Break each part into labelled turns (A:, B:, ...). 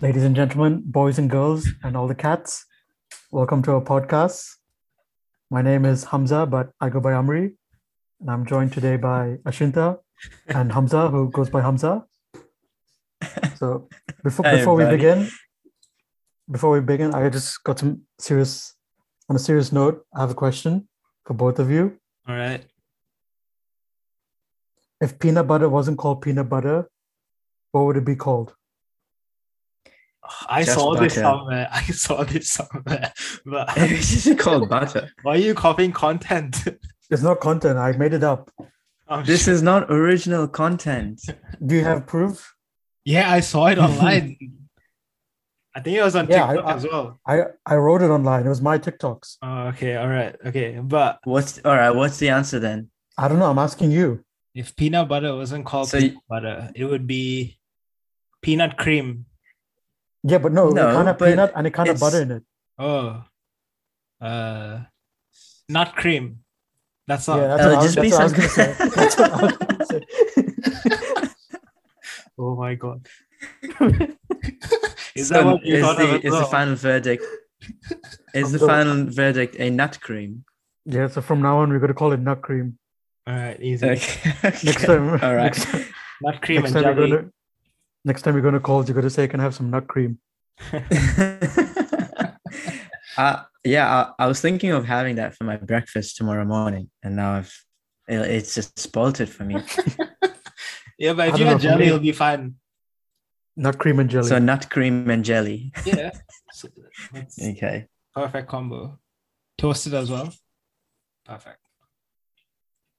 A: Ladies and gentlemen, boys and girls, and all the cats, welcome to our podcast. My name is Hamza, but I go by Amri, and I'm joined today by Ashinta and Hamza, who goes by Hamza. So before,
B: Hey,
A: before we
B: buddy.
A: begin, before we begin, I just got some serious, on a serious note, I have a question for both of you.
B: All right.
A: If peanut butter wasn't called peanut butter, what would it be called?
C: I
B: Just
C: saw this
B: butter.
C: somewhere. I saw this somewhere. But
B: This is called butter.
C: why are you copying content?
A: It's not content. I made it up.
C: I'm
B: This
C: sure-
B: is not original content.
A: Do you have proof?
C: yeah, I saw it online. I think it was on
A: Yeah, I-
C: TikTok
A: I-
C: as well.
A: I I wrote it online. It was my TikToks.
C: Oh, okay, all right, okay. But
B: What's all right? What's the answer then?
A: I don't know. I'm asking you.
C: if peanut butter wasn't called
B: So
C: peanut
B: you-
C: butter, it would be peanut cream.
A: Yeah, but no,
B: No,
A: it can't have
B: but
A: peanut and it can't have butter in it.
C: Oh, uh, nut cream. That's all.
A: yeah, that's,
B: Uh,
A: what, I was,
B: just be
A: that's what I was gonna
B: some-
A: say. That's what I was gonna say.
C: oh my god. is that
B: So
C: what you
B: is
C: thought of
B: the
C: as
B: is the
C: well?
B: final verdict? Is the
A: So-
B: final verdict a nut cream?
A: Yeah, so from now on we're gonna call it nut cream.
C: All right, easy.
B: Okay.
A: Next time.
B: All right.
A: Next,
C: Nut cream
A: next
C: and
A: time we're
C: jelly.
A: gonna next time we're gonna call, you're gonna say can I have some nut cream.
B: uh, yeah, I, I was thinking of having that for my breakfast tomorrow morning, and now I've it, it's just spoiled for me.
C: Yeah, but
A: I
C: if
A: don't
C: you have
A: know, for
C: jelly,
A: me-
C: it'll be fine.
A: Nut cream and jelly.
B: so nut cream and jelly.
C: Yeah. So that's
B: Okay.
C: perfect combo. Toasted as well. Perfect.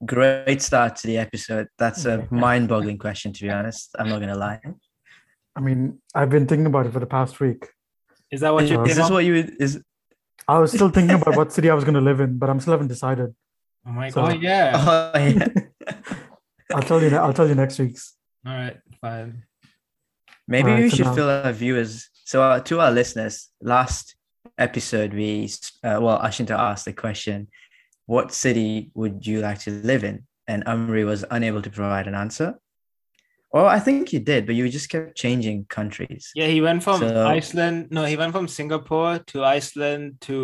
B: Great start to the episode. That's a mind-boggling question, to be honest. I'm not gonna lie.
A: I mean, I've been thinking about it for the past week.
C: Is that what you
A: Uh,
B: Is
C: came
B: this
C: up?
B: what you would- is?
A: I was still thinking about what city I was gonna live in, but I'm still haven't decided.
C: Oh my
A: So-
C: god. Oh, yeah.
B: Oh, yeah.
A: I'll tell you. ne- I'll tell you next week's.
C: All right. Fine.
B: Maybe
A: Alright,
B: we
A: so
B: should
A: now-
B: fill our viewers. So uh, to our listeners, last episode we s- uh, well Ashinta asked the question, "What city would you like to live in?" And Amri was unable to provide an answer. Or I think you did, but you just kept changing countries.
C: Yeah, he went from
B: So-
C: Iceland. No, he went from Singapore to Iceland to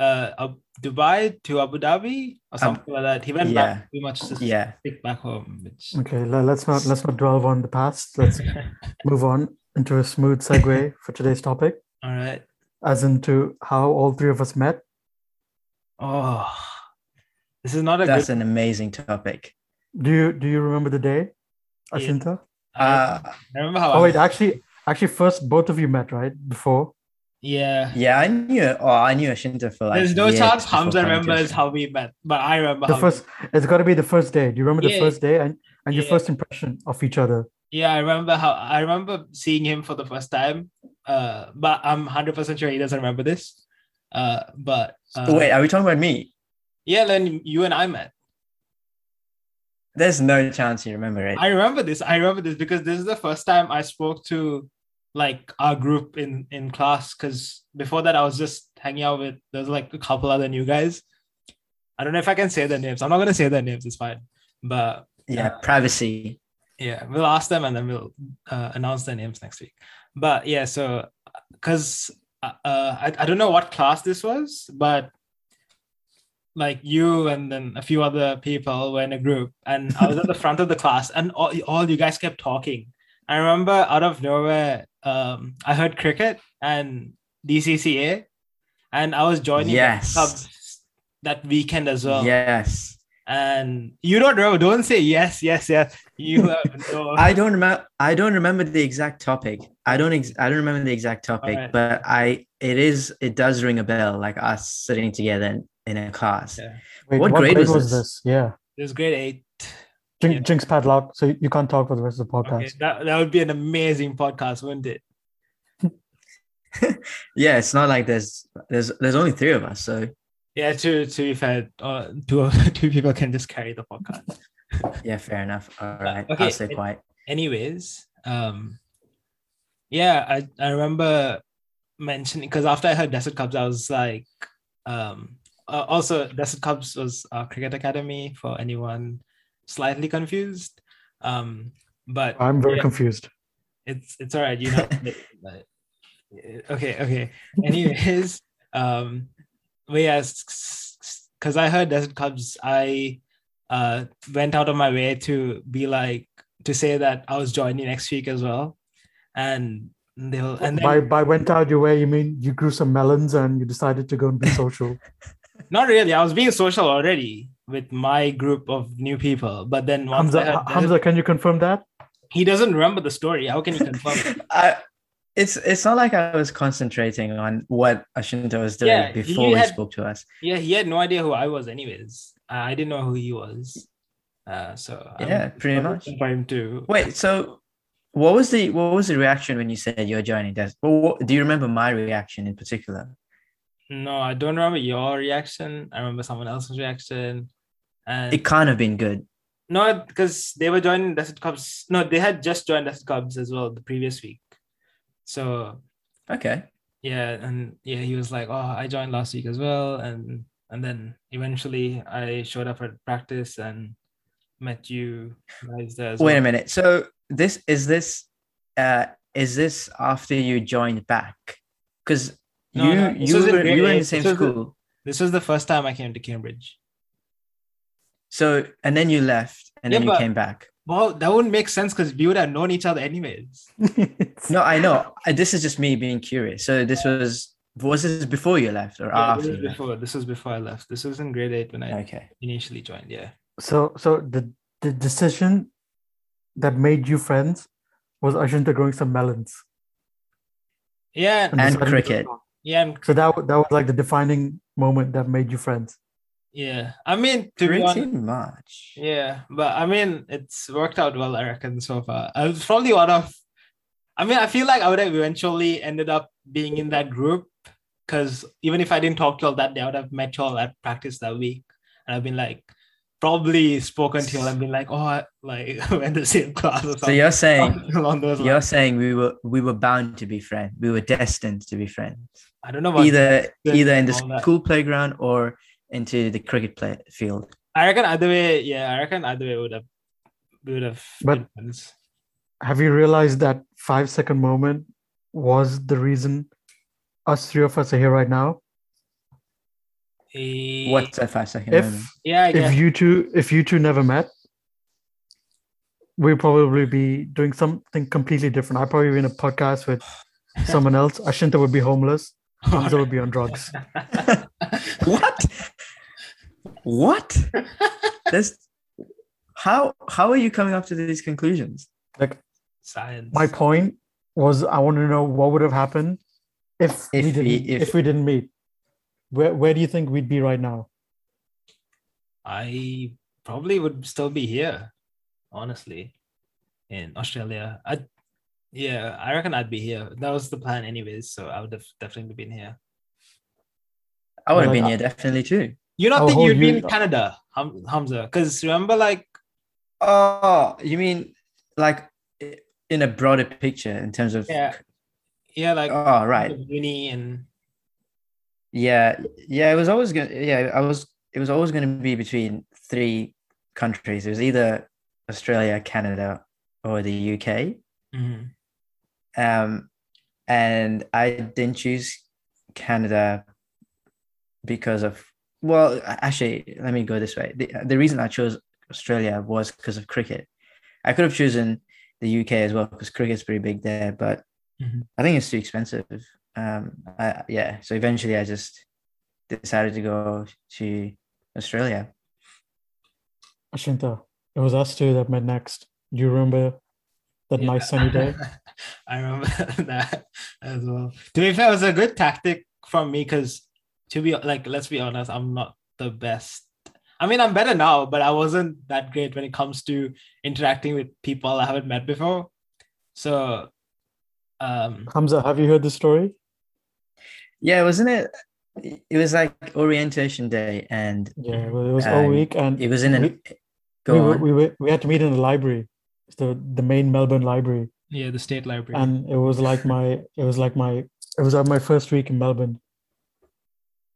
C: uh Ab- Dubai to Abu Dhabi or something like that. He went
B: yeah.
C: back pretty much to
B: Yeah.
C: stick back home, which
A: Okay, le- let's not let's not dwell on the past. Let's move on into a smooth segue for today's topic,
C: all right.
A: as into how all three of us met.
C: Oh this is not a
B: That's
C: good
B: an amazing topic.
A: Do you do you remember the day,
C: Yeah.
A: Ashinta?
B: Uh,
C: I remember how I
A: Oh wait,
C: met-
A: actually, actually, first both of you met right before.
C: yeah.
B: yeah, I knew. Oh, I knew Ashinta for like.
C: There's no
B: years
C: chance
B: before
C: Hamza
B: coming to
C: remembers
B: Australia.
C: how we met, but I remember
A: The
C: how we
A: first, it's got to be the first day. Do you remember the
C: Yeah.
A: first day and and your
C: Yeah.
A: first impression of each other?
C: Yeah, I remember how I remember seeing him for the first time. Uh, but I'm hundred percent sure he doesn't remember this. Uh, but uh,
B: Wait, are we talking about me?
C: yeah, then you and I met.
B: There's no chance you remember it.
C: I remember this. I remember this because this is the first time I spoke to like our group in in class. Because before that, I was just hanging out with there's like a couple other new guys. I don't know if I can say their names. I'm not gonna say their names. It's fine. But
B: yeah, privacy.
C: Yeah, we'll ask them and then we'll uh, announce their names next week. But yeah, so because uh, uh, I, I don't know what class this was, but like you and then a few other people were in a group, and I was at the front of the class, and all, all you guys kept talking. I remember out of nowhere, um, I heard cricket and DCCA, and I was joining that
B: Yes.
C: club that weekend as well.
B: yes.
C: And you don't know, don't say yes, yes, yes. You have no.
B: I don't remember. I don't remember the exact topic. I don't. Ex- I don't remember the exact topic,
C: Alright.
B: but I. It is. It does ring a bell. Like us sitting together in, in a class.
C: Yeah.
A: Wait,
B: What grade was this?
A: Yeah,
C: It was grade eight.
A: Jin-
C: Yeah.
A: Jinx padlock. So you- you can't talk for the rest of the podcast.
C: Okay, that, that would be an amazing podcast, wouldn't it?
B: Yeah. It's not like there's. There's. There's only three of us. So
C: Yeah, to to be fair, uh, two of- two people can just carry the podcast.
B: yeah. Fair enough. All right.
C: okay,
B: I'll stay
C: it-
B: quiet.
C: Anyways, um, yeah, I I remember mentioning because after I heard Desert Cubs, I was like, um, uh, also Desert Cubs was our cricket academy for anyone slightly confused, um, but
A: I'm very
C: yeah.
A: confused.
C: It's it's all right. You know, Okay, okay. Anyways, um, but yeah, because I heard Desert Cubs, I uh went out of my way to be like to say that I was joining next week as well, and they'll and
A: by
C: then,
A: by went out your way, you mean you grew some melons and you decided to go and be social.
C: not really. I was being social already with my group of new people, but then once I
A: Hamza,
C: heard
A: Hamza, can you confirm that?
C: Desert- he doesn't remember the story. How can he confirm? it?
B: I, it's it's not like I was concentrating on what Ashinta was doing
C: Yeah, you
B: before he
C: had-
B: spoke to us.
C: Yeah, he had no idea who I was, anyways. Uh, I I didn't know who he was. Uh, so I'm
B: Yeah, pretty much.
C: looking For him to
B: Wait, so what was the what was the reaction when you said you're joining Des? Well, what, do you remember my reaction in particular?
C: no, I don't remember your reaction. I remember someone else's reaction, and
B: It can't have been good.
C: no, because they were joining Desert Cubs. No, they had just joined Desert Cubs as well the previous week. So
B: Okay.
C: yeah, and yeah, he was like, "Oh, I joined last week as well," and and then eventually I showed up at practice and met you guys there. As
B: Wait
C: well.
B: a minute. So this is this uh is this after you joined back? Because
C: No,
B: you
C: no, this
B: you
C: was in
B: were,
C: grade
B: you were in
C: eight.
B: the same
C: This was in-
B: school.
C: This was the first time I came to Cambridge.
B: So and then you left and
C: Yeah,
B: then you
C: but-
B: came back.
C: Well, that wouldn't make sense because we would have known each other anyways.
B: No, I know. I- This is just me being curious. So this was was this before you left or
C: Yeah, this
B: after?
C: was
B: you left?
C: before. This was before I left. This was in grade eight when I
B: Okay.
C: initially joined. Yeah.
A: so so the the decision that made you friends was Ashinta growing some melons
C: Yeah.
B: And
A: deciding to
B: cricket.
A: join.
C: Yeah. I'm-
A: So that wa- that was like the defining moment that made you friends.
C: yeah. I mean, to be
B: Pretty
C: honest.
B: much.
C: Yeah. But I mean, it's worked out well, I reckon, so far. I was probably one of, I mean, I feel like I would have eventually ended up being in that group because even if I didn't talk to y'all that day, I would have met y'all at practice that week. And I've been like, probably spoken to y'all and been like, oh, I, like, we're in the same class
B: So
C: or something.
B: you're saying
C: along those lines.
B: you're saying we were we were bound to be friends. We were destined to be friends.
C: I don't know about
B: Either
C: destined
B: either in the
C: and all that.
B: school playground or into the cricket play field.
C: I reckon either way, yeah, I reckon either way would have we would have
A: But-
C: been friends.
A: Have you realized that five second moment was the reason us three of us are here right now?
C: Eh,
B: What's that five second
A: If
B: moment?
C: yeah, I
A: if
C: guess
A: you two if you two never met, we'd probably be doing something completely different. I'd probably be in a podcast with someone else. Ashinta would be homeless. Hamza would be on drugs.
B: what? What? That's how how are you coming up to these conclusions?
A: Like
C: science.
A: my point was I want to know what would have happened if,
B: If
A: we
B: we-
A: didn't if,
B: if-
A: we didn't meet. Where where do you think we'd be right now?
C: I probably would still be here, honestly, in Australia. I yeah, I reckon I'd be here. That was the plan, anyways. So I would have definitely been here.
B: I would have
A: Like,
B: been
A: I-
B: here definitely too.
C: You don't
A: Oh,
C: think
A: whole
C: you'd be in
A: year-
C: Canada, Ham- Hamza? Because remember, like
B: Oh, you mean like i- in a broader picture in terms of
C: yeah, yeah, like
B: oh right.
C: uni and
B: Yeah. Yeah, it was always gonna yeah, I was it was always gonna be between three countries. It was either Australia, Canada, or the UK.
C: Mhm.
B: um, and I didn't choose Canada because of well, a- actually, let me go this way. The, the reason I chose Australia was because of cricket. I could have chosen the UK as well because cricket's pretty big there, but
A: Mm-hmm.
C: Mhm.
B: I think it's too expensive. Um, I, yeah, so eventually I just decided to go to Australia.
A: Ashinta, it was us two that met next. Do you remember that
C: Yeah.
A: nice sunny day?
C: I remember that as well. To be fair, it was a good tactic from me because, to be like, let's be honest, I'm not the best. I mean, I'm better now, but I wasn't that great when it comes to interacting with people I haven't met before. So, um,
A: Hamza, have you heard the story?
B: Yeah, wasn't it? It was like orientation day, and
A: Yeah, well, it was all
B: Um,
A: week, and
B: it was in an.
A: We-
B: go
A: we,
B: on.
A: were, we, were, we had to meet in the library, It's the the main Melbourne library,
C: yeah, the state library.
A: and it was like my it was like my it was like my first week in Melbourne.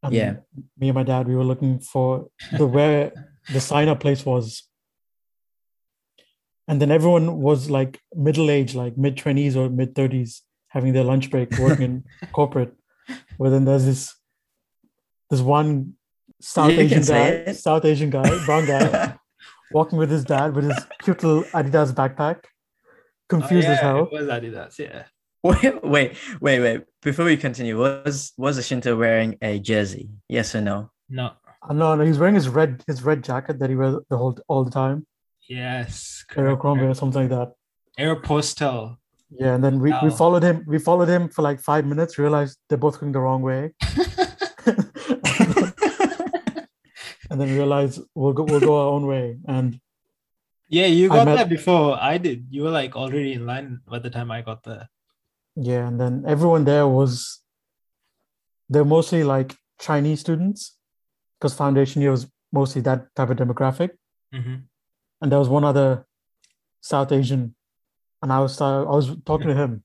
A: And
B: Yeah.
A: me and my dad, we were looking for the where the sign up place was, and then everyone was like middle age, like mid twenties or mid thirties, having their lunch break working in corporate. But then there's this this one South
B: You can
A: Asian guy,
B: say it.
A: South Asian guy, brown guy, walking with his dad with his cute little Adidas backpack, confused
C: oh, yeah,
A: as hell.
C: It was Adidas, yeah.
B: wait, wait, wait, wait. Before we continue, was was Ashinta wearing a jersey? Yes or no?
C: No.
A: Uh, No, no, he's wearing his red his red jacket that he wears the whole all the time,
C: Yes.
A: Aerocrombie or something like that.
C: Aeropostal.
A: Yeah, and then we, we
C: Oh.
A: followed him. We followed him for like five minutes. Realized they're both going the wrong way, and then realized we'll go we'll go our own way. And
C: yeah, you
A: I
C: got
A: met-
C: there before I did. You were like already in line by the time I got there.
A: yeah, and then everyone there was they're mostly like Chinese students because foundation year was mostly that type of demographic.
C: Mhm.
A: And there was one other South Asian, and I was I was talking to him,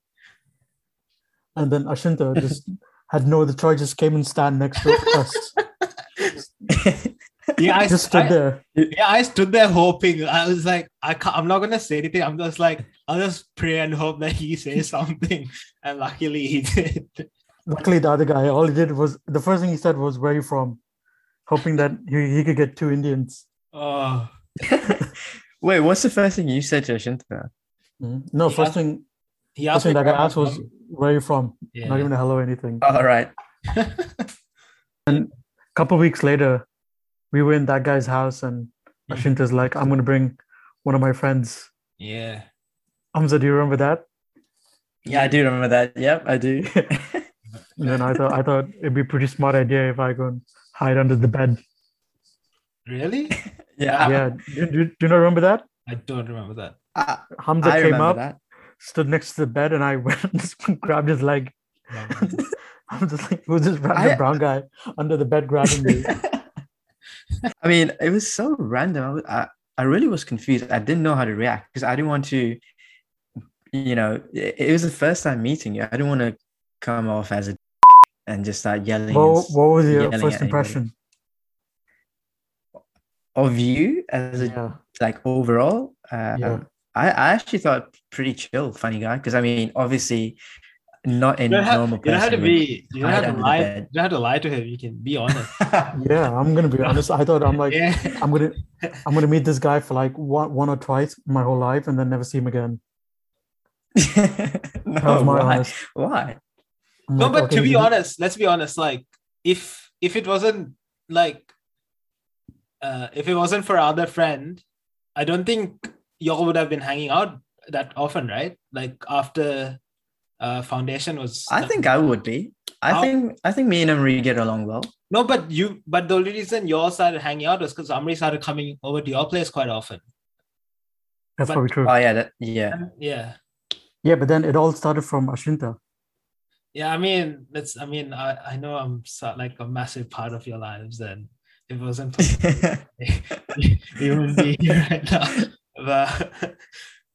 A: and then Ashinta just had no other choice. Just came and stand next to us.
C: Yeah, I,
A: just stood
C: I-
A: there.
C: yeah, I stood there hoping. I was like, I can't, I'm not gonna say anything. I'm just like, I'll just pray and hope that he says something. And luckily he did.
A: luckily the other guy all he did was the first thing he said was where are you from hoping that he, he could get two indians
C: Oh,
B: wait, what's the first thing you said to Ashinta?
A: no
C: He
A: first
C: asked-
A: thing
C: he
A: first
C: asked
A: thing that
C: where
A: guy
C: I'm
A: asked was
C: from.
A: where are you from
C: yeah.
A: not even a hello or anything a
B: All right.
A: couple weeks later we were in that guy's house and
C: Mhm.
A: ashinta's like i'm gonna bring one of my friends
C: yeah.
A: Hamza, do you remember that?
B: Yeah, I do remember that. Yep, I do.
A: And then I thought I thought it'd be a pretty smart idea if I go and hide under the bed.
C: Really?
B: yeah,
A: Yeah, do, do, do you not remember that?
C: I don't remember that.
B: I,
A: Hamza
B: uh, I
A: came
B: remember
A: up,
B: that.
A: stood next to the bed, and I went and just grabbed his leg.
C: No.
A: I'm just like, who's this random
B: I-
A: brown guy under the bed grabbing me?
B: I mean, it was so random. I, was- I, I really was confused. I didn't know how to react because I didn't want to, you know, it, it was the first time meeting you. I didn't want to come off as a and just start yelling and
A: what,
B: s-
A: what was your
B: Yelling at
A: first
B: anybody.
A: impression?
B: of you as a,
A: Yeah,
B: like overall. Uh,
A: yeah.
B: I, I actually thought pretty chill, funny guy. Because I mean, obviously, not a
C: You don't have,
B: normal
C: you don't have
B: person.
C: to
B: would-
C: be. You don't
B: hide
C: have to
B: under the
C: lie.
B: bed.
C: You don't have to lie to him. You can be honest.
A: Yeah, I'm gonna be honest. I thought I'm like
C: yeah.
A: I'm gonna I'm gonna meet this guy for like one one or twice my whole life and then never see him again. That
B: no,
A: was my
B: why?
A: honest.
B: Why?
A: I'm
C: No,
A: like,
C: but
A: okay,
C: to be
A: you-
C: honest, let's be honest. Like, if if it wasn't like, uh, if it wasn't for our other friend, I don't think y'all would have been hanging out that often, right? Like after, uh, foundation was.
B: I think I would be. I
C: I'll-
B: think I think me and Amri get along well.
C: No, but you. But the only reason y'all started hanging out was because Amri started coming over to your place quite often.
A: that's
C: but-
A: probably true.
B: Oh yeah, that, yeah.
C: Yeah.
A: yeah, but then it all started from Ashinta.
C: Yeah, I mean, that's. I mean, I, I know I'm so, like a massive part of your lives, and if it wasn't for you wouldn't be here right now. But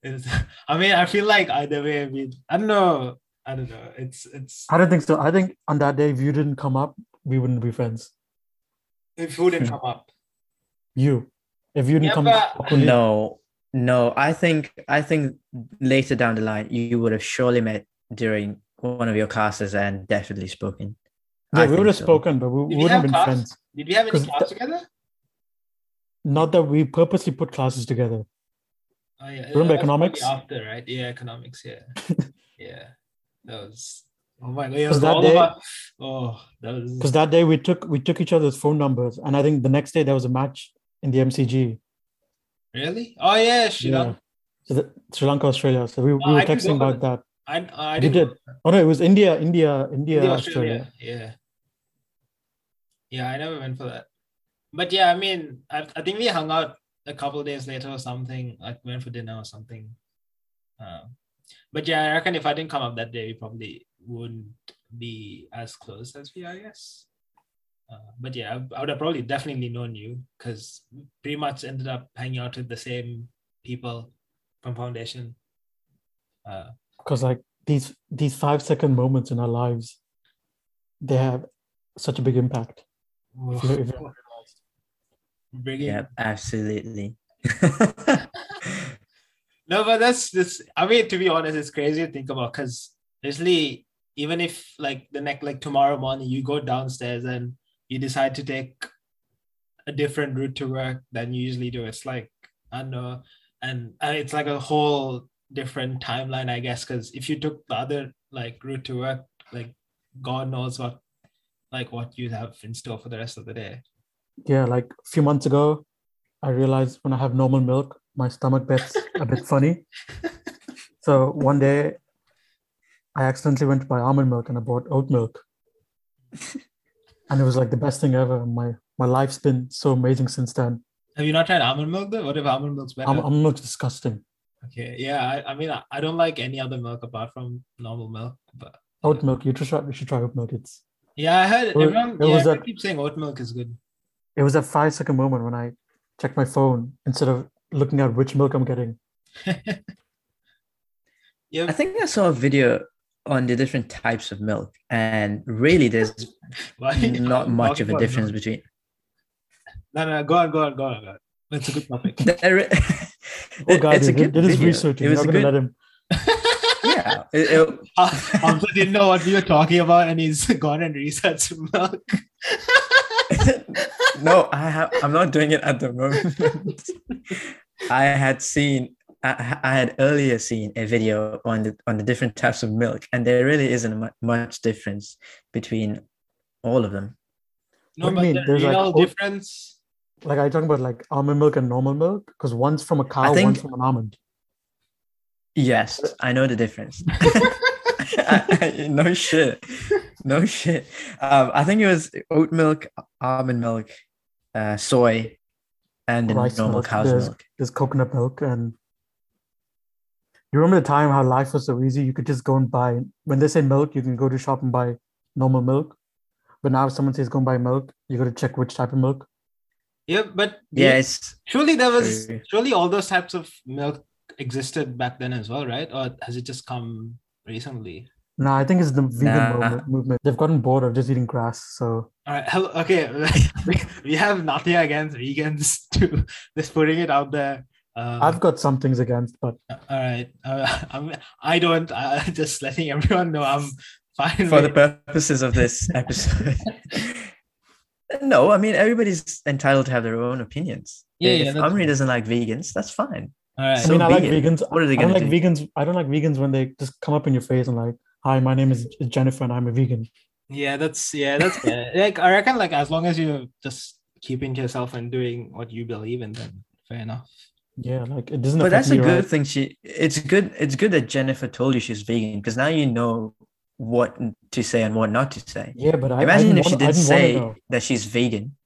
C: it's, I mean, I feel like either way, I mean, I don't know, I don't know. It's it's
A: I don't think so. I think on that day, if you didn't come up, we wouldn't be friends.
C: if who didn't come up.
A: You, if you didn't
C: Yeah,
A: come
C: but-
A: up,
B: no, no. I think I think later down the line you would have surely met during one of your classes and definitely spoken. I
A: yeah, we
B: think
A: would have
B: so.
A: spoken, but we,
C: Did we
A: wouldn't have
C: have
A: been
C: class?
A: friends.
C: Did we have any
A: 'Cause
C: class together?
A: Not that we purposely put classes together.
C: Oh, yeah.
A: Remember
C: that was probably
A: economics?
C: After right? Yeah, economics. Yeah, yeah. That was. Oh my god! It
A: Was
C: was
A: that
C: all
A: day-
C: about- Oh, that was.
A: because that day we took we took each other's phone numbers and i think the next day there was a match in the mcg
C: Really? Oh yeah, she
A: yeah so the, sri lanka australia so we, we
C: No,
A: were
C: I did
A: texting
C: go for
A: about that
C: I I
A: you
C: didn't
A: did oh no it was india india india,
C: India,
A: australia,
C: Australia. Yeah. Yeah, I never went for that. But yeah, I mean, I, I think we hung out a couple of days later or something. Like went for dinner or something. Um, but yeah, I reckon if I didn't come up that day, we probably wouldn't be as close as we are, I guess. Uh, but yeah, I, I would have probably definitely known you because pretty much ended up hanging out with the same people from Foundation. Uh,
A: because like these these five second moments in our lives they have such a big impact if you, if you,
C: bringing
B: Yeah, absolutely.
C: No, but that's this. I mean, to be honest, it's crazy to think about because Usually, even if like the next like tomorrow morning you go downstairs and you decide to take a different route to work than you usually do, it's like I don't know, and, and it's like a whole different timeline, I guess, because if you took the other like route to work, like God knows what like what you have in store for the rest of the day.
A: Yeah, like a few months ago, I realized when I have normal milk, my stomach gets a bit funny. So one day, I accidentally went to buy almond milk and I bought oat milk, and it was like the best thing ever. My my life's been so amazing since then.
C: Have you not tried almond milk though? What if almond milk's better?
A: Al- almond milk's disgusting.
C: okay, yeah. I, I mean, I, I don't like any other milk apart from normal milk, but
A: Oat milk. You should try. You should try oat milk. It's
C: yeah, I heard
A: Well,
C: everyone,
A: there
C: yeah,
A: was
C: everyone
A: that-
C: keeps saying oat milk is good.
A: it was a five second moment when I checked my phone instead of looking at which milk I'm getting.
C: Yeah,
B: I think I saw a video on the different types of milk, and really, there's
C: why-
B: not much
C: talking
B: of a
C: about
B: difference
C: milk?
B: between.
C: No, no, go on, go on, go on, go on. That's a good topic.
B: There-
A: Oh God,
B: it's
A: he
B: a good
A: did, did his
B: video.
A: research.
B: It
A: You're
B: was
A: not
B: a
A: gonna let
B: good.
A: him.
B: yeah, it- it-
C: Hamza Um, didn't know what we were talking about, and he's gone and researched milk.
B: no, I have. I'm not doing it at the moment. I had seen. I, I had earlier seen a video on the on the different types of milk, and there really isn't mu- much difference between all of them.
C: No,
A: What do you
C: but
A: mean?
C: the
A: There's, like,
C: real
A: oat-
C: difference.
A: Like I talking about like almond milk and normal milk because one's from a cow,
B: think-
A: one's from an almond.
B: Yes, I know the difference. no shit, no shit. Um, I think it was oat milk, almond milk, uh, soy, and the
A: Rice
B: normal
A: milk.
B: cow's
A: There's-
B: milk.
A: There's coconut milk and. You remember the time how life was so easy? You could just go and buy. When they say milk, you can go to shop and buy normal milk. But now, if someone says go and buy milk, you got to check which type of milk.
C: Yeah, but yeah,
B: Yes,
C: surely there was
B: True.
C: surely all those types of milk existed back then as well, right? Or has it just come recently?
A: No, I think it's the vegan
B: Nah.
A: movement- movement. They've gotten bored of just eating grass, so
C: All right, hello. Okay, we- we have nothing against vegans. Too, just putting it out there. Uh,
B: Uh-huh.
A: I've got some things against, but
C: all right, uh, I'm, I don't. Uh, just letting everyone know I'm fine.
B: for the
C: with-
B: purposes of this episode. no, I mean everybody's entitled to have their own opinions.
C: Yeah,
B: if
C: yeah, that's
B: Amri doesn't like vegans, that's fine.
C: all right.
A: I
B: So
A: mean, I like
B: be it.
A: vegans.
B: What are they
A: I don't
B: gonna
A: like
B: do?
A: vegans. I don't like vegans when they just come up in your face and like, "Hi, my name is Jennifer, and I'm a vegan."
C: Yeah, that's yeah, that's fair. like I reckon like as long as you're just keeping to yourself and doing what you believe in, then fair enough.
A: Yeah, like it doesn't.
B: but
A: affect
B: that's a
A: me,
B: good
A: right?
B: thing. She it's good it's good that Jennifer told you she's vegan because now you know what to say and what not to say.
A: Yeah, but I
B: imagine
A: I
B: if she
A: didn't want,
B: did
A: I didn't
B: say
A: wanna know.
B: that she's vegan.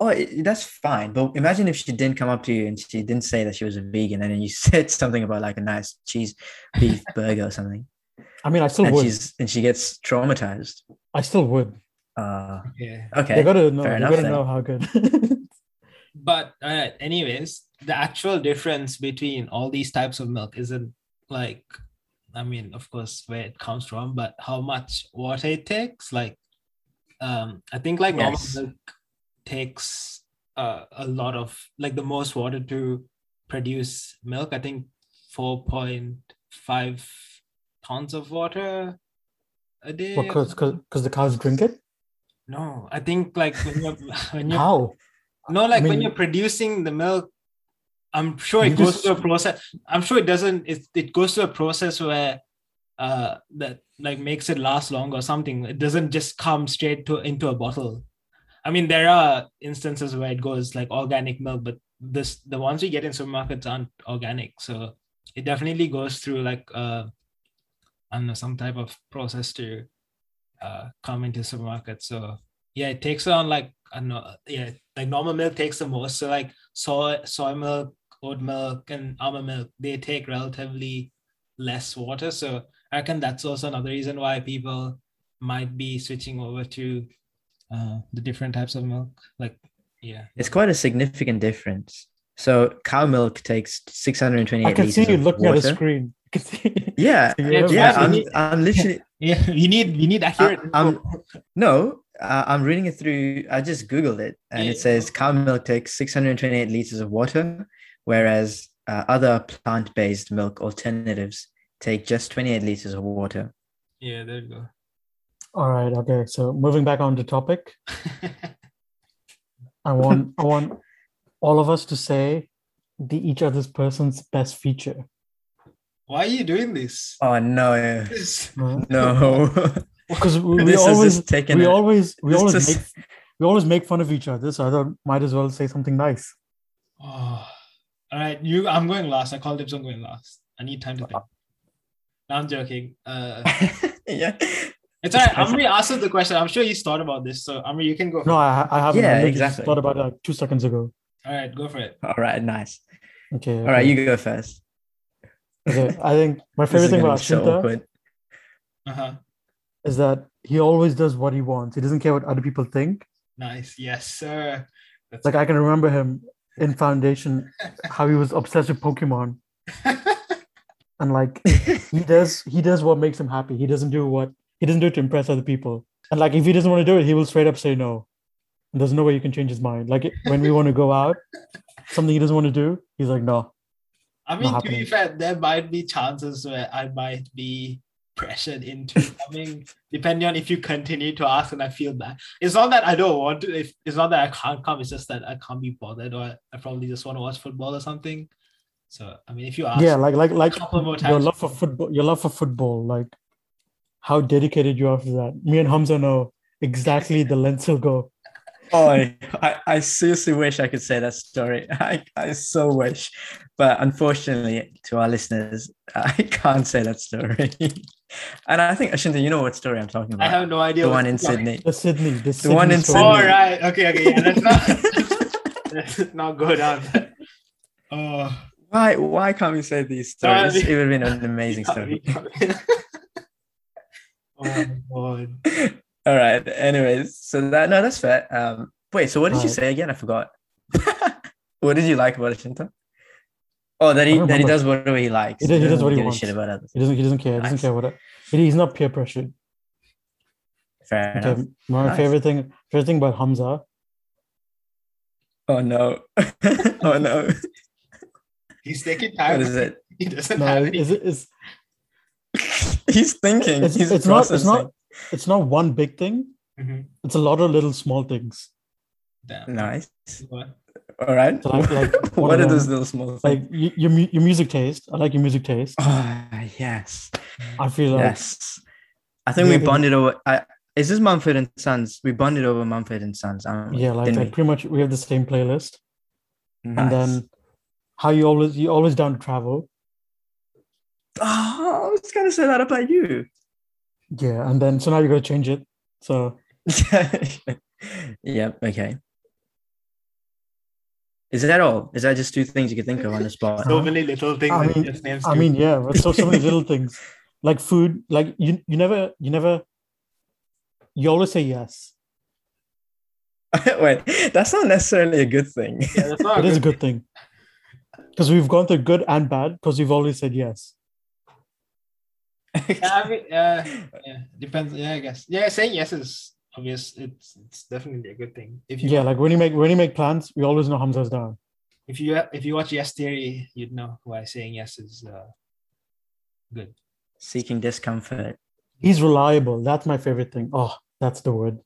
B: Oh, i- that's fine. But imagine if she didn't come up to you and she didn't say that she was a vegan, and then you said something about like a nice cheese beef burger or something,
A: I mean, I still
B: and
A: would.
B: she's and she gets traumatized.
A: I still would.
B: Uh,
C: Yeah.
B: okay.
A: They gotta know.
B: fair
A: They
B: enough
A: gotta
B: then.
A: know how good.
C: But uh, anyways, the actual difference between all these types of milk isn't like I mean, of course, where it comes from, but how much water it takes. Like um I think like normal
B: Yes.
C: milk takes uh, a lot of like the most water to produce milk. I think 4.5 tons of water a day. or
A: Because
C: something.
A: because the cows drink it.
C: no, I think like when you're when you're
A: How?
C: no, like when
A: mean-
C: you're producing the milk, I'm sure
A: You
C: it goes
A: just-
C: through a process. I'm sure it doesn't. It it goes through a process where, uh, that like makes it last long or something. It doesn't just come straight to into a bottle. I mean, there are instances where it goes like organic milk, but this the ones we get in supermarkets aren't organic. So it definitely goes through like uh, I don't know some type of process to uh, come into supermarket. So yeah, it takes around like I don't know, yeah, like normal milk takes the most. So like soy soy milk, oat milk, and almond milk, they take relatively less water. So I reckon that's also another reason why people might be switching over to uh, the different types of milk. Like yeah.
B: It's quite a significant difference. So cow milk takes 628
A: I can see
B: liters
A: you
B: of
A: looking at
B: water.
A: a screen. I can see.
B: Yeah,
C: it's
B: yeah.
C: fine.
B: I'm, I'm literally.
C: Yeah, you need you need accurate.
B: I, am no. I- I'm reading it through. I just googled it, and it
C: Yeah.
B: says cow milk takes 628 liters of water, whereas uh, other plant-based milk alternatives Take just 28 liters of water.
C: Yeah, there you go.
A: All right. Okay. So moving back on to topic, I want I want all of us to say the each other's person's best feature.
C: Why are you doing this?
B: Oh no,
C: This-
B: no.
A: Because we, we
B: this is
A: always
B: just taking.
A: we
B: a-
A: always we
B: this
A: always
B: just-
A: make we always make fun of each other. So I thought might as well say something nice.
C: Oh. All right, you. I'm going last. I called dibs on going last. I need time to think. No, I'm joking. Uh,
B: yeah.
C: it's all right. Amri answered the question. I'm sure he's thought about this. So Amri, you can go.
A: No, I, I haven't. I
B: Yeah,
A: literally
B: exactly.
A: Thought about it like two seconds ago.
C: All right, go for it.
B: All right. Nice.
A: Okay.
B: All right. You go first.
A: Okay. I think my
B: This
A: favorite
B: is
A: thing
B: gonna
A: about
B: be so
A: Ashinta
B: awkward.
C: Uh huh.
A: is that he always does what he wants. He doesn't care what other people think.
C: Nice. Yes, sir. That's
A: Like I can remember him in Foundation, how he was obsessed with Pokemon, and like he does he does what makes him happy. He doesn't do what he doesn't do it to impress other people. And like if he doesn't want to do it, he will straight up say no. And there's no way you can change his mind. Like when we want to go out, something he doesn't want to do, he's like no.
C: I mean, to be
A: happening.
C: fair, there might be chances where I might be pressured into coming, depending on if you continue to ask and I feel bad. It's not that I don't want to, if it's not that I can't come, it's just that I can't be bothered or I probably just want to watch football or something. So, I mean, if you ask,
A: Yeah, like like like
C: couple more
A: your
C: times.
A: love for football your love for football like how dedicated you are to that me and hamza know exactly the lengths will go
B: Oh, I, I seriously wish I could say that story. I, I so wish. But unfortunately, to our listeners, I can't say that story. and I think, Ashinta, you know what story I'm talking
C: I
B: about.
C: have no idea.
B: the
C: what's
B: one in
C: going on.
B: Sydney.
A: the sydney the, sydney
B: one in
A: story.
B: Sydney.
C: All right. Okay. Okay. Yeah. Let's not, let's not go down. that. Oh,
B: Why why can't we say these
C: Sorry.
B: stories? It would have been an amazing story.
C: oh my god.
B: All right. Anyways, so that no, that's fair. Um, wait. So what did you
A: Right.
B: say again? I forgot. what did you like about Ashinta? Oh, that he
A: I don't
B: that he
A: remember.
B: does whatever he likes.
A: He does- he does
B: doesn't
A: what he
B: give a
A: wants.
B: Shit about others.
A: he doesn't he doesn't care he doesn't
B: Nice.
A: care what it, he- he's not peer pressured
B: Fair enough.
A: okay my
B: Nice.
A: favorite thing favorite thing about hamza
B: Oh no. oh no.
C: He's taking
B: What
C: time.
B: is it?
C: He doesn't
A: no
C: have any.
A: is it's,
B: He's thinking.
A: It's-
B: He's
A: it's not-
B: processing.
A: it's not- it's not one big thing
C: Mhm.
A: it's a lot of little small things
C: Damn.
B: Nice.
C: What?
B: All right.
A: So like- like, one of
B: what are
A: them-
B: those little small
A: like
B: things?
A: y- your, mu- your music taste i like your music taste
B: Ah, yes.
A: i feel like
B: yes. I think we
A: Maybe-
B: bonded over. I, is this Mumford and Sons? We bonded over Mumford and Sons. Um,
A: yeah like,
B: didn't
A: like pretty much we have the same playlist
B: we?
A: and
B: Nice.
A: then how you always you always down to travel
B: oh, I was gonna say that about you.
A: yeah and then so now you gotta change it so
B: yep. Okay. Is that all? Is that just two things you could think of on the spot?
C: So many little things.
A: Uh-huh. I
C: that he
A: mean-
C: just names
A: i
C: too.
A: mean yeah but so, so many little things like food like you you never you never you always say yes
B: Wait, that's not necessarily a good thing.
C: yeah, that's not
A: it is a
C: good.
A: good thing because we've gone through good and bad because you've always said yes
C: Yeah, I mean, uh, yeah, depends. Yeah, I guess. Yeah, saying yes is obvious. It's it's definitely a good thing. If you
A: yeah like when you make when you make plans we always know hamza's down
C: if you if you watch Yes Theory, you'd know why saying yes is uh, good.
B: Seeking discomfort.
A: he's reliable that's my favorite thing oh that's the word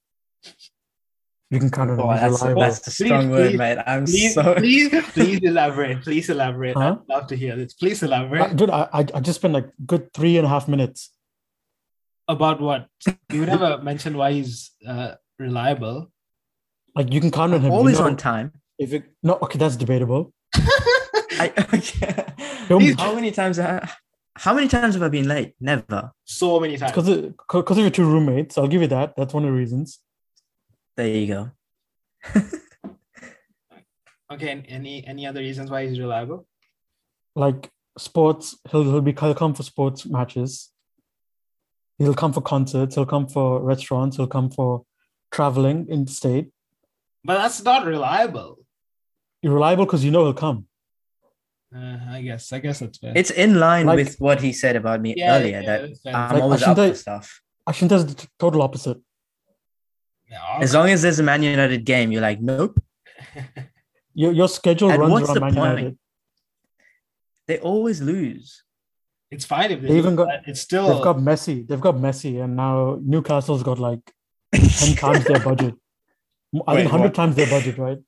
A: you can count on him.
B: Oh,
A: He's
B: that's,
A: reliable.
B: that's a strong
C: Please,
B: word,
C: please,
B: mate. I'm
C: Please,
B: so.
C: please, please elaborate. Please elaborate.
A: Huh?
C: I'd love to hear this. Please
A: I,
C: elaborate
A: Uh, dude, I, I I just spent like good three and a half minutes.
C: about what you never mentioned why he's uh, reliable.
A: Like you can count on him. you
B: Always
A: know,
B: on time.
A: If it, no, okay, that's debatable.
B: I, okay.
A: Don't be-
B: how many times? ha- How many times have I been late? Never.
C: So many times.
A: Because because of your two roommates, I'll give you that. That's one of the reasons.
B: There you go.
C: Okay, and any any other reasons why he's reliable?
A: Like sports, he'll he'll be he'll come for sports matches. He'll come for concerts. He'll come for restaurants. He'll come for traveling in state.
C: But that's not reliable.
A: You're reliable because you know he'll come.
C: Uh, I guess. I guess that's fair.
B: It's in line
A: Like-
B: with what he said about me
C: yeah,
B: earlier.
C: yeah,
B: that
C: that's fair.
B: I'm
A: Like,
B: always
A: Ashinta-
B: up for stuff.
A: Ashinta's the t- total opposite.
C: Yeah,
B: As long as there's a Man United game, you're like, nope.
C: okay.
A: Your your schedule
B: And
A: runs
B: what's
A: around
B: the
A: Man
B: point?
A: United.
B: They always lose.
C: It's fine if they,
A: They even
C: do
A: got-
C: that. It's still
A: They've got Messi. They've got Messi, and now Newcastle's got like ten times their budget. I
B: Wait,
A: think hundred
B: what?
A: times their budget, right?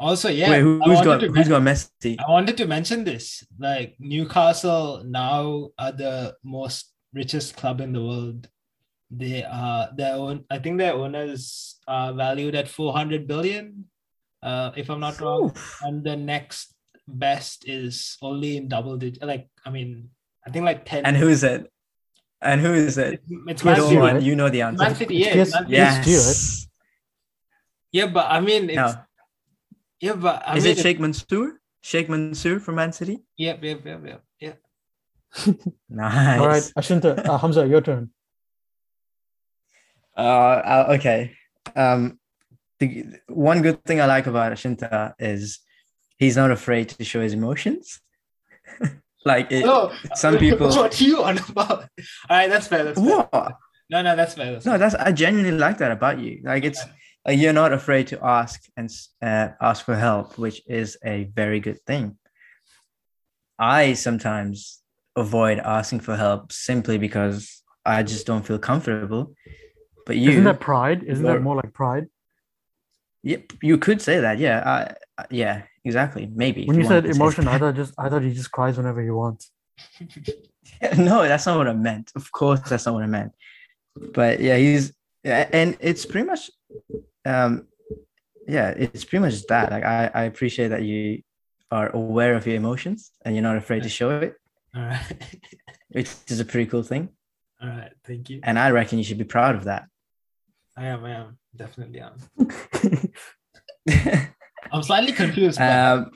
C: also yeah.
B: Wait, who,
C: I
B: who's
C: wanted
B: got
C: to
B: who's got Messi?
C: I wanted to mention this. Like Newcastle now are the most richest club in the world. They are their own. I think their owners are valued at four hundred billion, uh, if I'm not wrong.
B: Oof.
C: And the next best is only in double digit. Like I mean, I think like ten.
B: And who is it? And who is it?
C: It's, it's
A: Who
B: You
A: is
C: Man
B: know,
A: it?
C: City.
B: one, you know the
C: Man
B: answer.
C: City,
A: It's
C: yeah,
A: just-
C: Man City.
A: yeah. It's you,
B: Yes.
C: yeah, but I mean, it's,
B: No.
C: yeah, but I
B: Is
C: mean,
B: it Sheikh Mansour? Sheikh Mansour from Man City?
C: yep, yep, yep, yep, yeah.
B: Nice.
A: All right, Ashinta, uh, Hamza, your turn.
B: Uh, uh, okay. Um, the one good thing I like about Ashinta is he's not afraid to show his emotions. like it,
C: No,
B: some people.
C: What are you on about? All right, that's fair. That's fair.
B: What?
C: No, no, that's fair. That's
B: No,
C: fair.
B: that's I genuinely like that about you. Like it's like you're not afraid to ask and s- uh, ask for help, which is a very good thing. I sometimes avoid asking for help simply because I just don't feel comfortable. But you,
A: Isn't that pride? Isn't that
B: You're-
A: more like pride?
B: Yep, you could say that. Yeah, I- I, yeah, exactly. Maybe if
A: When you
B: want
A: said
B: to say
A: emotion, I
B: that.
A: thought just I thought he just cries whenever he wants.
B: no, that's not what I meant. Of course, that's not what I meant. But yeah, he's yeah, and it's pretty much, um, yeah, it's pretty much that. Like I, I appreciate that you are aware of your emotions and you're not afraid to show it,
C: All right.
B: which is a pretty cool thing.
C: All right. Thank you.
B: And I reckon you should be proud of that.
C: I am. I am. Definitely am. I'm slightly confused. but-
B: Um,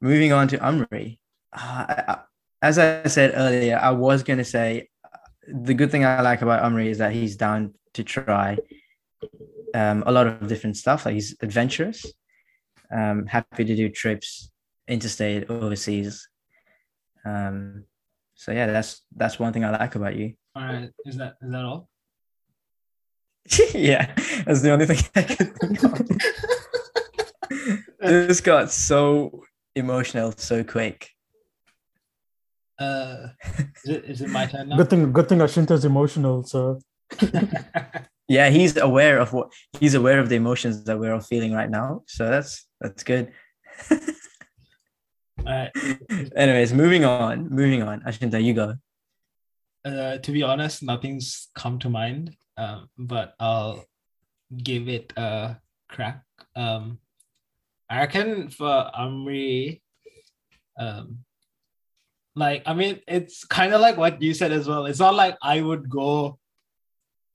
B: moving on to Umri. Uh, I- I- as I said earlier, I was going to say uh, the good thing I like about Umri is that he's down to try um, a lot of different stuff. Like he's adventurous, um, happy to do trips interstate, overseas. Um, so yeah, that's that's one thing I like about you.
C: all right. Is that is that all?
B: yeah, that's the only thing I can think of. this got so emotional so quick.
C: Uh, is it, is it my turn now?
A: Good thing, good thing Ashinta's emotional. So
B: Yeah, he's aware of what he's aware of the emotions that we're all feeling right now. So that's that's good.
C: All right.
B: Anyways, moving on, moving on. Ashinta, you go.
C: Uh, to be honest, nothing's come to mind. Um, but I'll give it a crack. Um, I reckon for Amri, um, like I mean, it's kind of like what you said as well. It's not like I would go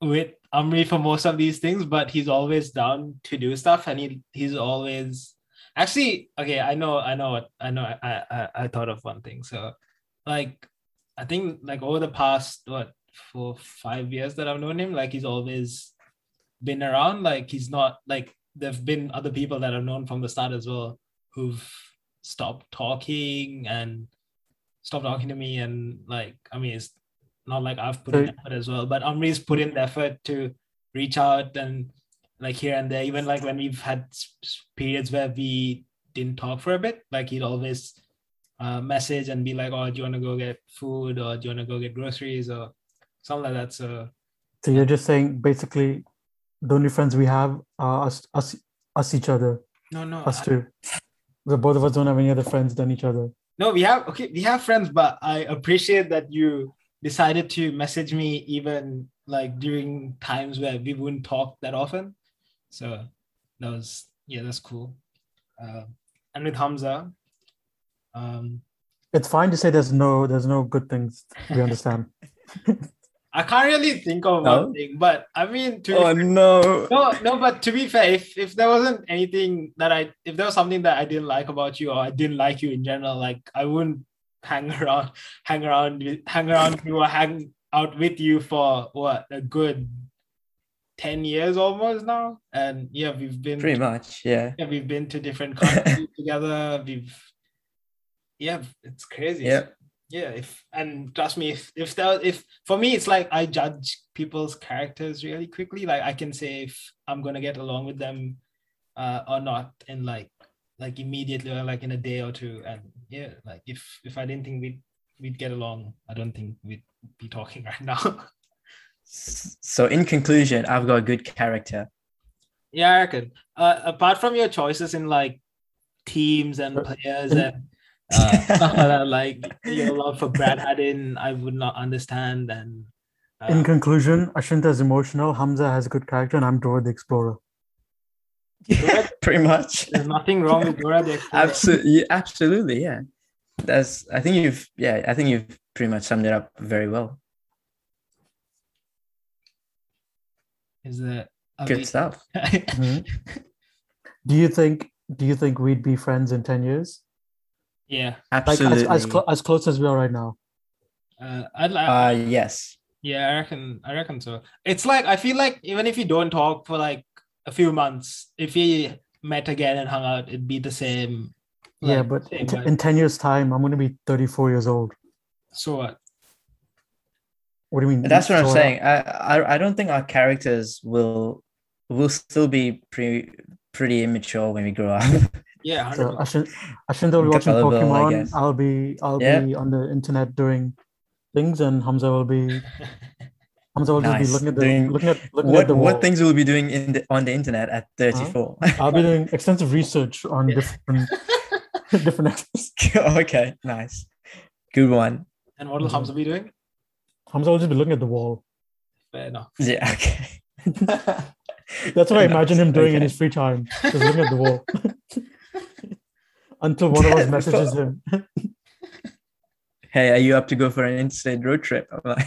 C: with Amri for most of these things, but he's always down to do stuff, and he he's always actually okay. I know, I know what I know. I I I thought of one thing. So, like, I think like over the past what four five years that I've known him, like he's always been around. Like he's not like there've been other people that I've known from the start as well who've stopped talking and stopped talking to me and like I mean it's not like I've put in
A: So-
C: effort as well, but Amri's put in the effort to reach out and like here and there. Even like when we've had s- s- periods where we didn't talk for a bit, like he'd always uh, message and be like, "Oh, do you want to go get food or do you want to go get groceries or something like that?" So
A: So you're just saying basically the only friends we have are us us us each other,
C: no, no,
A: us
C: I-
A: two. The both of us don't have any other friends than each other.
C: no, we have okay, we have friends, but I appreciate that you decided to message me even like during times where we wouldn't talk that often. So that was yeah, that's cool. Uh, and with Hamza, um,
A: It's fine to say there's no there's no good things. We understand.
C: I can't really think of
B: No?
C: one thing, but I mean, to
B: Oh no.
C: no, no, but to be fair, if, if there wasn't anything that I, if there was something that I didn't like about you or I didn't like you in general, like I wouldn't hang around, hang around, with- hang around you or hang out with you for what a good 10 years almost now. And yeah, we've been,
B: Pretty much, yeah.
C: yeah, we've been to different countries together. We've, yeah, it's crazy.
B: Yep.
C: Yeah. If, and trust me, if, if that, if for me, it's like I judge people's characters really quickly. Like I can say if I'm gonna get along with them uh, or not in like, like immediately or like in a day or two. And yeah, like if if I didn't think we'd we'd get along, I don't think we'd be talking right now.
B: So in conclusion, I've got good character.
C: yeah, I reckon. Uh, apart from your choices in like teams and players and uh, stuff like that, like your love for Brad Haddin, I would not understand. And uh,
A: In conclusion, Ashinta is emotional, Hamza has a good character, and I'm Dora the Explorer.
B: Yeah, pretty much.
C: there's nothing wrong with Dora the Explorer.
B: Absolutely, absolutely, yeah. That's. I think you've. Yeah, I think you've pretty much summed it up very well.
C: Is that are we-
B: Good stuff.
A: Mm-hmm. Do you think? Do you think we'd be friends in ten years?
C: yeah,
A: Like as,
B: Absolutely.
A: as, clo- as close as we are right now.
C: uh, I'd like.
B: uh, yes.
C: Yeah, I reckon I reckon so. It's like I feel like even if you don't talk for like a few months, if you met again and hung out, it'd be the same.
A: yeah,
C: like,
A: but
C: same
A: in, t-
C: vibe.
A: in ten years' time, I'm gonna be 34 years old.
C: so what?
A: What do you mean?
B: That's what I'm
A: So, uh,
B: saying. I, I I don't think our characters will will still be pretty pretty immature when we grow up.
C: Yeah, 100%.
A: So uh, Ashin, Ashinta will be watching
B: Gullible, I
A: Pokemon.
B: guess.
A: I'll be I'll
B: Yeah.
A: be on the internet doing things, and Hamza will be Hamza will just
B: Nice.
A: be looking at the
B: Doing-
A: looking at looking at Uh-huh.
B: what
A: the
B: what
A: wall.
B: things we'll be doing in the, on the internet at 34?
A: I'll be doing extensive research on
C: Yeah.
A: different different aspects.
B: okay, nice, good one.
C: and what will
A: mm-hmm.
C: Hamza be doing?
A: Hamza will just be looking at the wall.
C: Fair enough.
B: Yeah, okay.
A: That's what I imagine him doing in
B: Okay.
A: his free time, just looking at the wall. Until one of us messages him.
B: Hey, are you up to go for an interstate road trip? I'm like-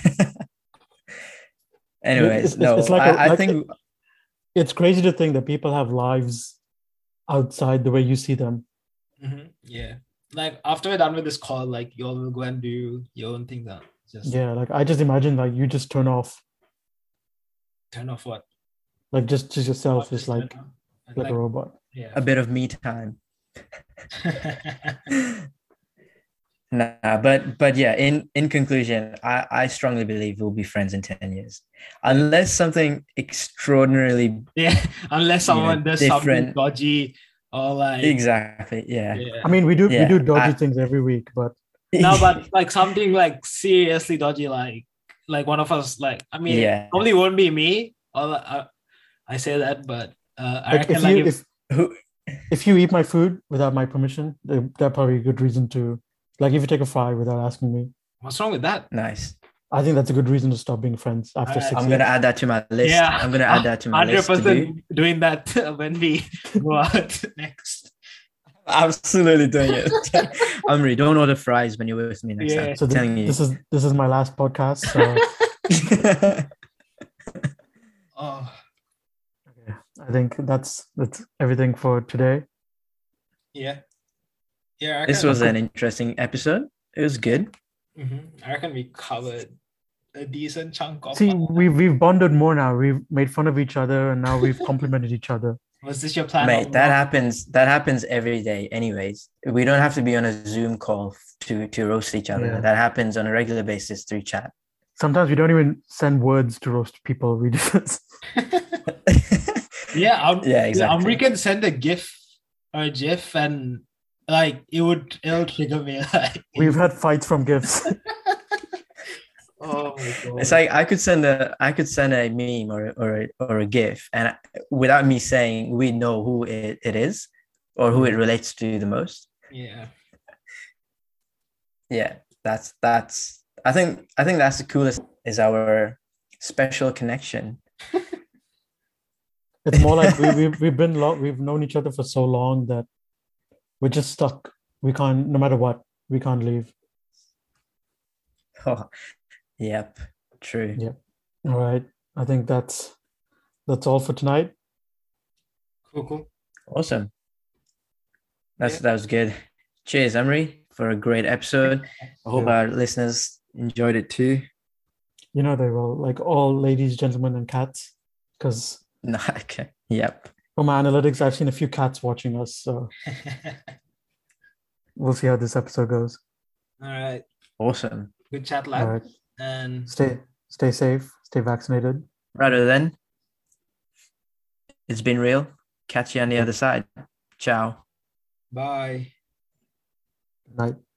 B: Anyways,
A: it's-
B: no,
A: it's like
B: I
A: a-
B: I
A: like
B: think
A: It's crazy to think that people have lives outside the way you see them.
C: Mhm, Yeah, like after we're done with this call, like you all will go and do your own thing. Now. Just
A: Yeah, like I just imagine like you just turn off,
C: turn off what?
A: like just just yourself,
C: Just
A: just like
C: turn off. I'd
A: like a
C: like-
A: robot.
B: a bit of me time.
C: yeah.
B: Nah, but but yeah, in in conclusion, I I strongly believe we'll be friends in 10 years. Unless something extraordinarily
C: yeah, unless
B: You know,
C: someone does something
B: different-
C: dodgy or like.
B: exactly, yeah.
C: Yeah.
A: I mean, we do
B: Yeah,
A: we do dodgy
B: I-
A: things every week, but
C: no, but like something like seriously dodgy, like like one of us, like I mean,
B: yeah.
C: probably won't be me. Or uh, I say that, but uh, I
A: like
C: reckon
A: if
C: like
A: you
C: if,
A: if
B: Who,
A: if you eat my food without my permission, th- that probably a good reason to like if you take a fry without asking me.
C: what's wrong with that?
B: nice.
A: I think that's a good reason to stop being friends after
C: Alright,
A: 6
B: I'm
A: years.
B: gonna add that to my list.
C: Yeah.
B: I'm gonna add that to my
C: Hundred
B: list. Mm, to do.
C: percent doing that when we go out next.
B: Absolutely doing it. Amri, don't order fries when you're with me next
C: Yeah.
B: time.
A: so th-
B: telling you.
A: this is this is my last podcast. So
C: Oh
A: I think that's that's everything for today.
C: yeah, yeah. I reckon,
B: this was an interesting episode. It was good.
C: Mhm. I reckon we covered a decent chunk of.
A: See, we've we've bonded more now. We've made fun of each other, and now we've complimented each other.
C: was this your plan? all
B: Mate, that
C: along?
B: happens. That happens every day. Anyways, we don't have to be on a Zoom call to to roast each other.
A: Yeah.
B: That happens on a regular basis through chat.
A: Sometimes we don't even send words to roast people. We just
C: Yeah, um,
B: Yeah,
C: Um, we
B: exactly.
C: can send a GIF or a GIF, and like it would, it'll trigger me. Like,
A: we've had fights from gifts.
C: oh my god,
B: It's like I could send a I could send a meme or or a, or a GIF, and I- without me saying, we know who it, it is or who it relates to the most.
C: yeah,
B: yeah that's that's i think i think that's the coolest is our special connection
A: It's more like we, we've we've been lo- we've known each other for so long that we're just stuck. We can't, no matter what, we can't leave.
B: oh, yep true
A: Yeah. All right, I think that's that's all for tonight.
C: cool, cool.
B: awesome that's that was good cheers emery for a great episode i hope
A: Yeah.
B: our listeners enjoyed it too
A: You know they will, like all ladies, gentlemen, and cats, because
B: no, okay yep
A: from my analytics, I've seen a few cats watching us. So we'll see how this episode goes.
C: All right,
B: awesome
C: good chat, lad,
A: All right,
C: and
A: stay stay safe, stay vaccinated.
B: rather than it's been real catch you on the other side ciao
C: bye.
A: Night.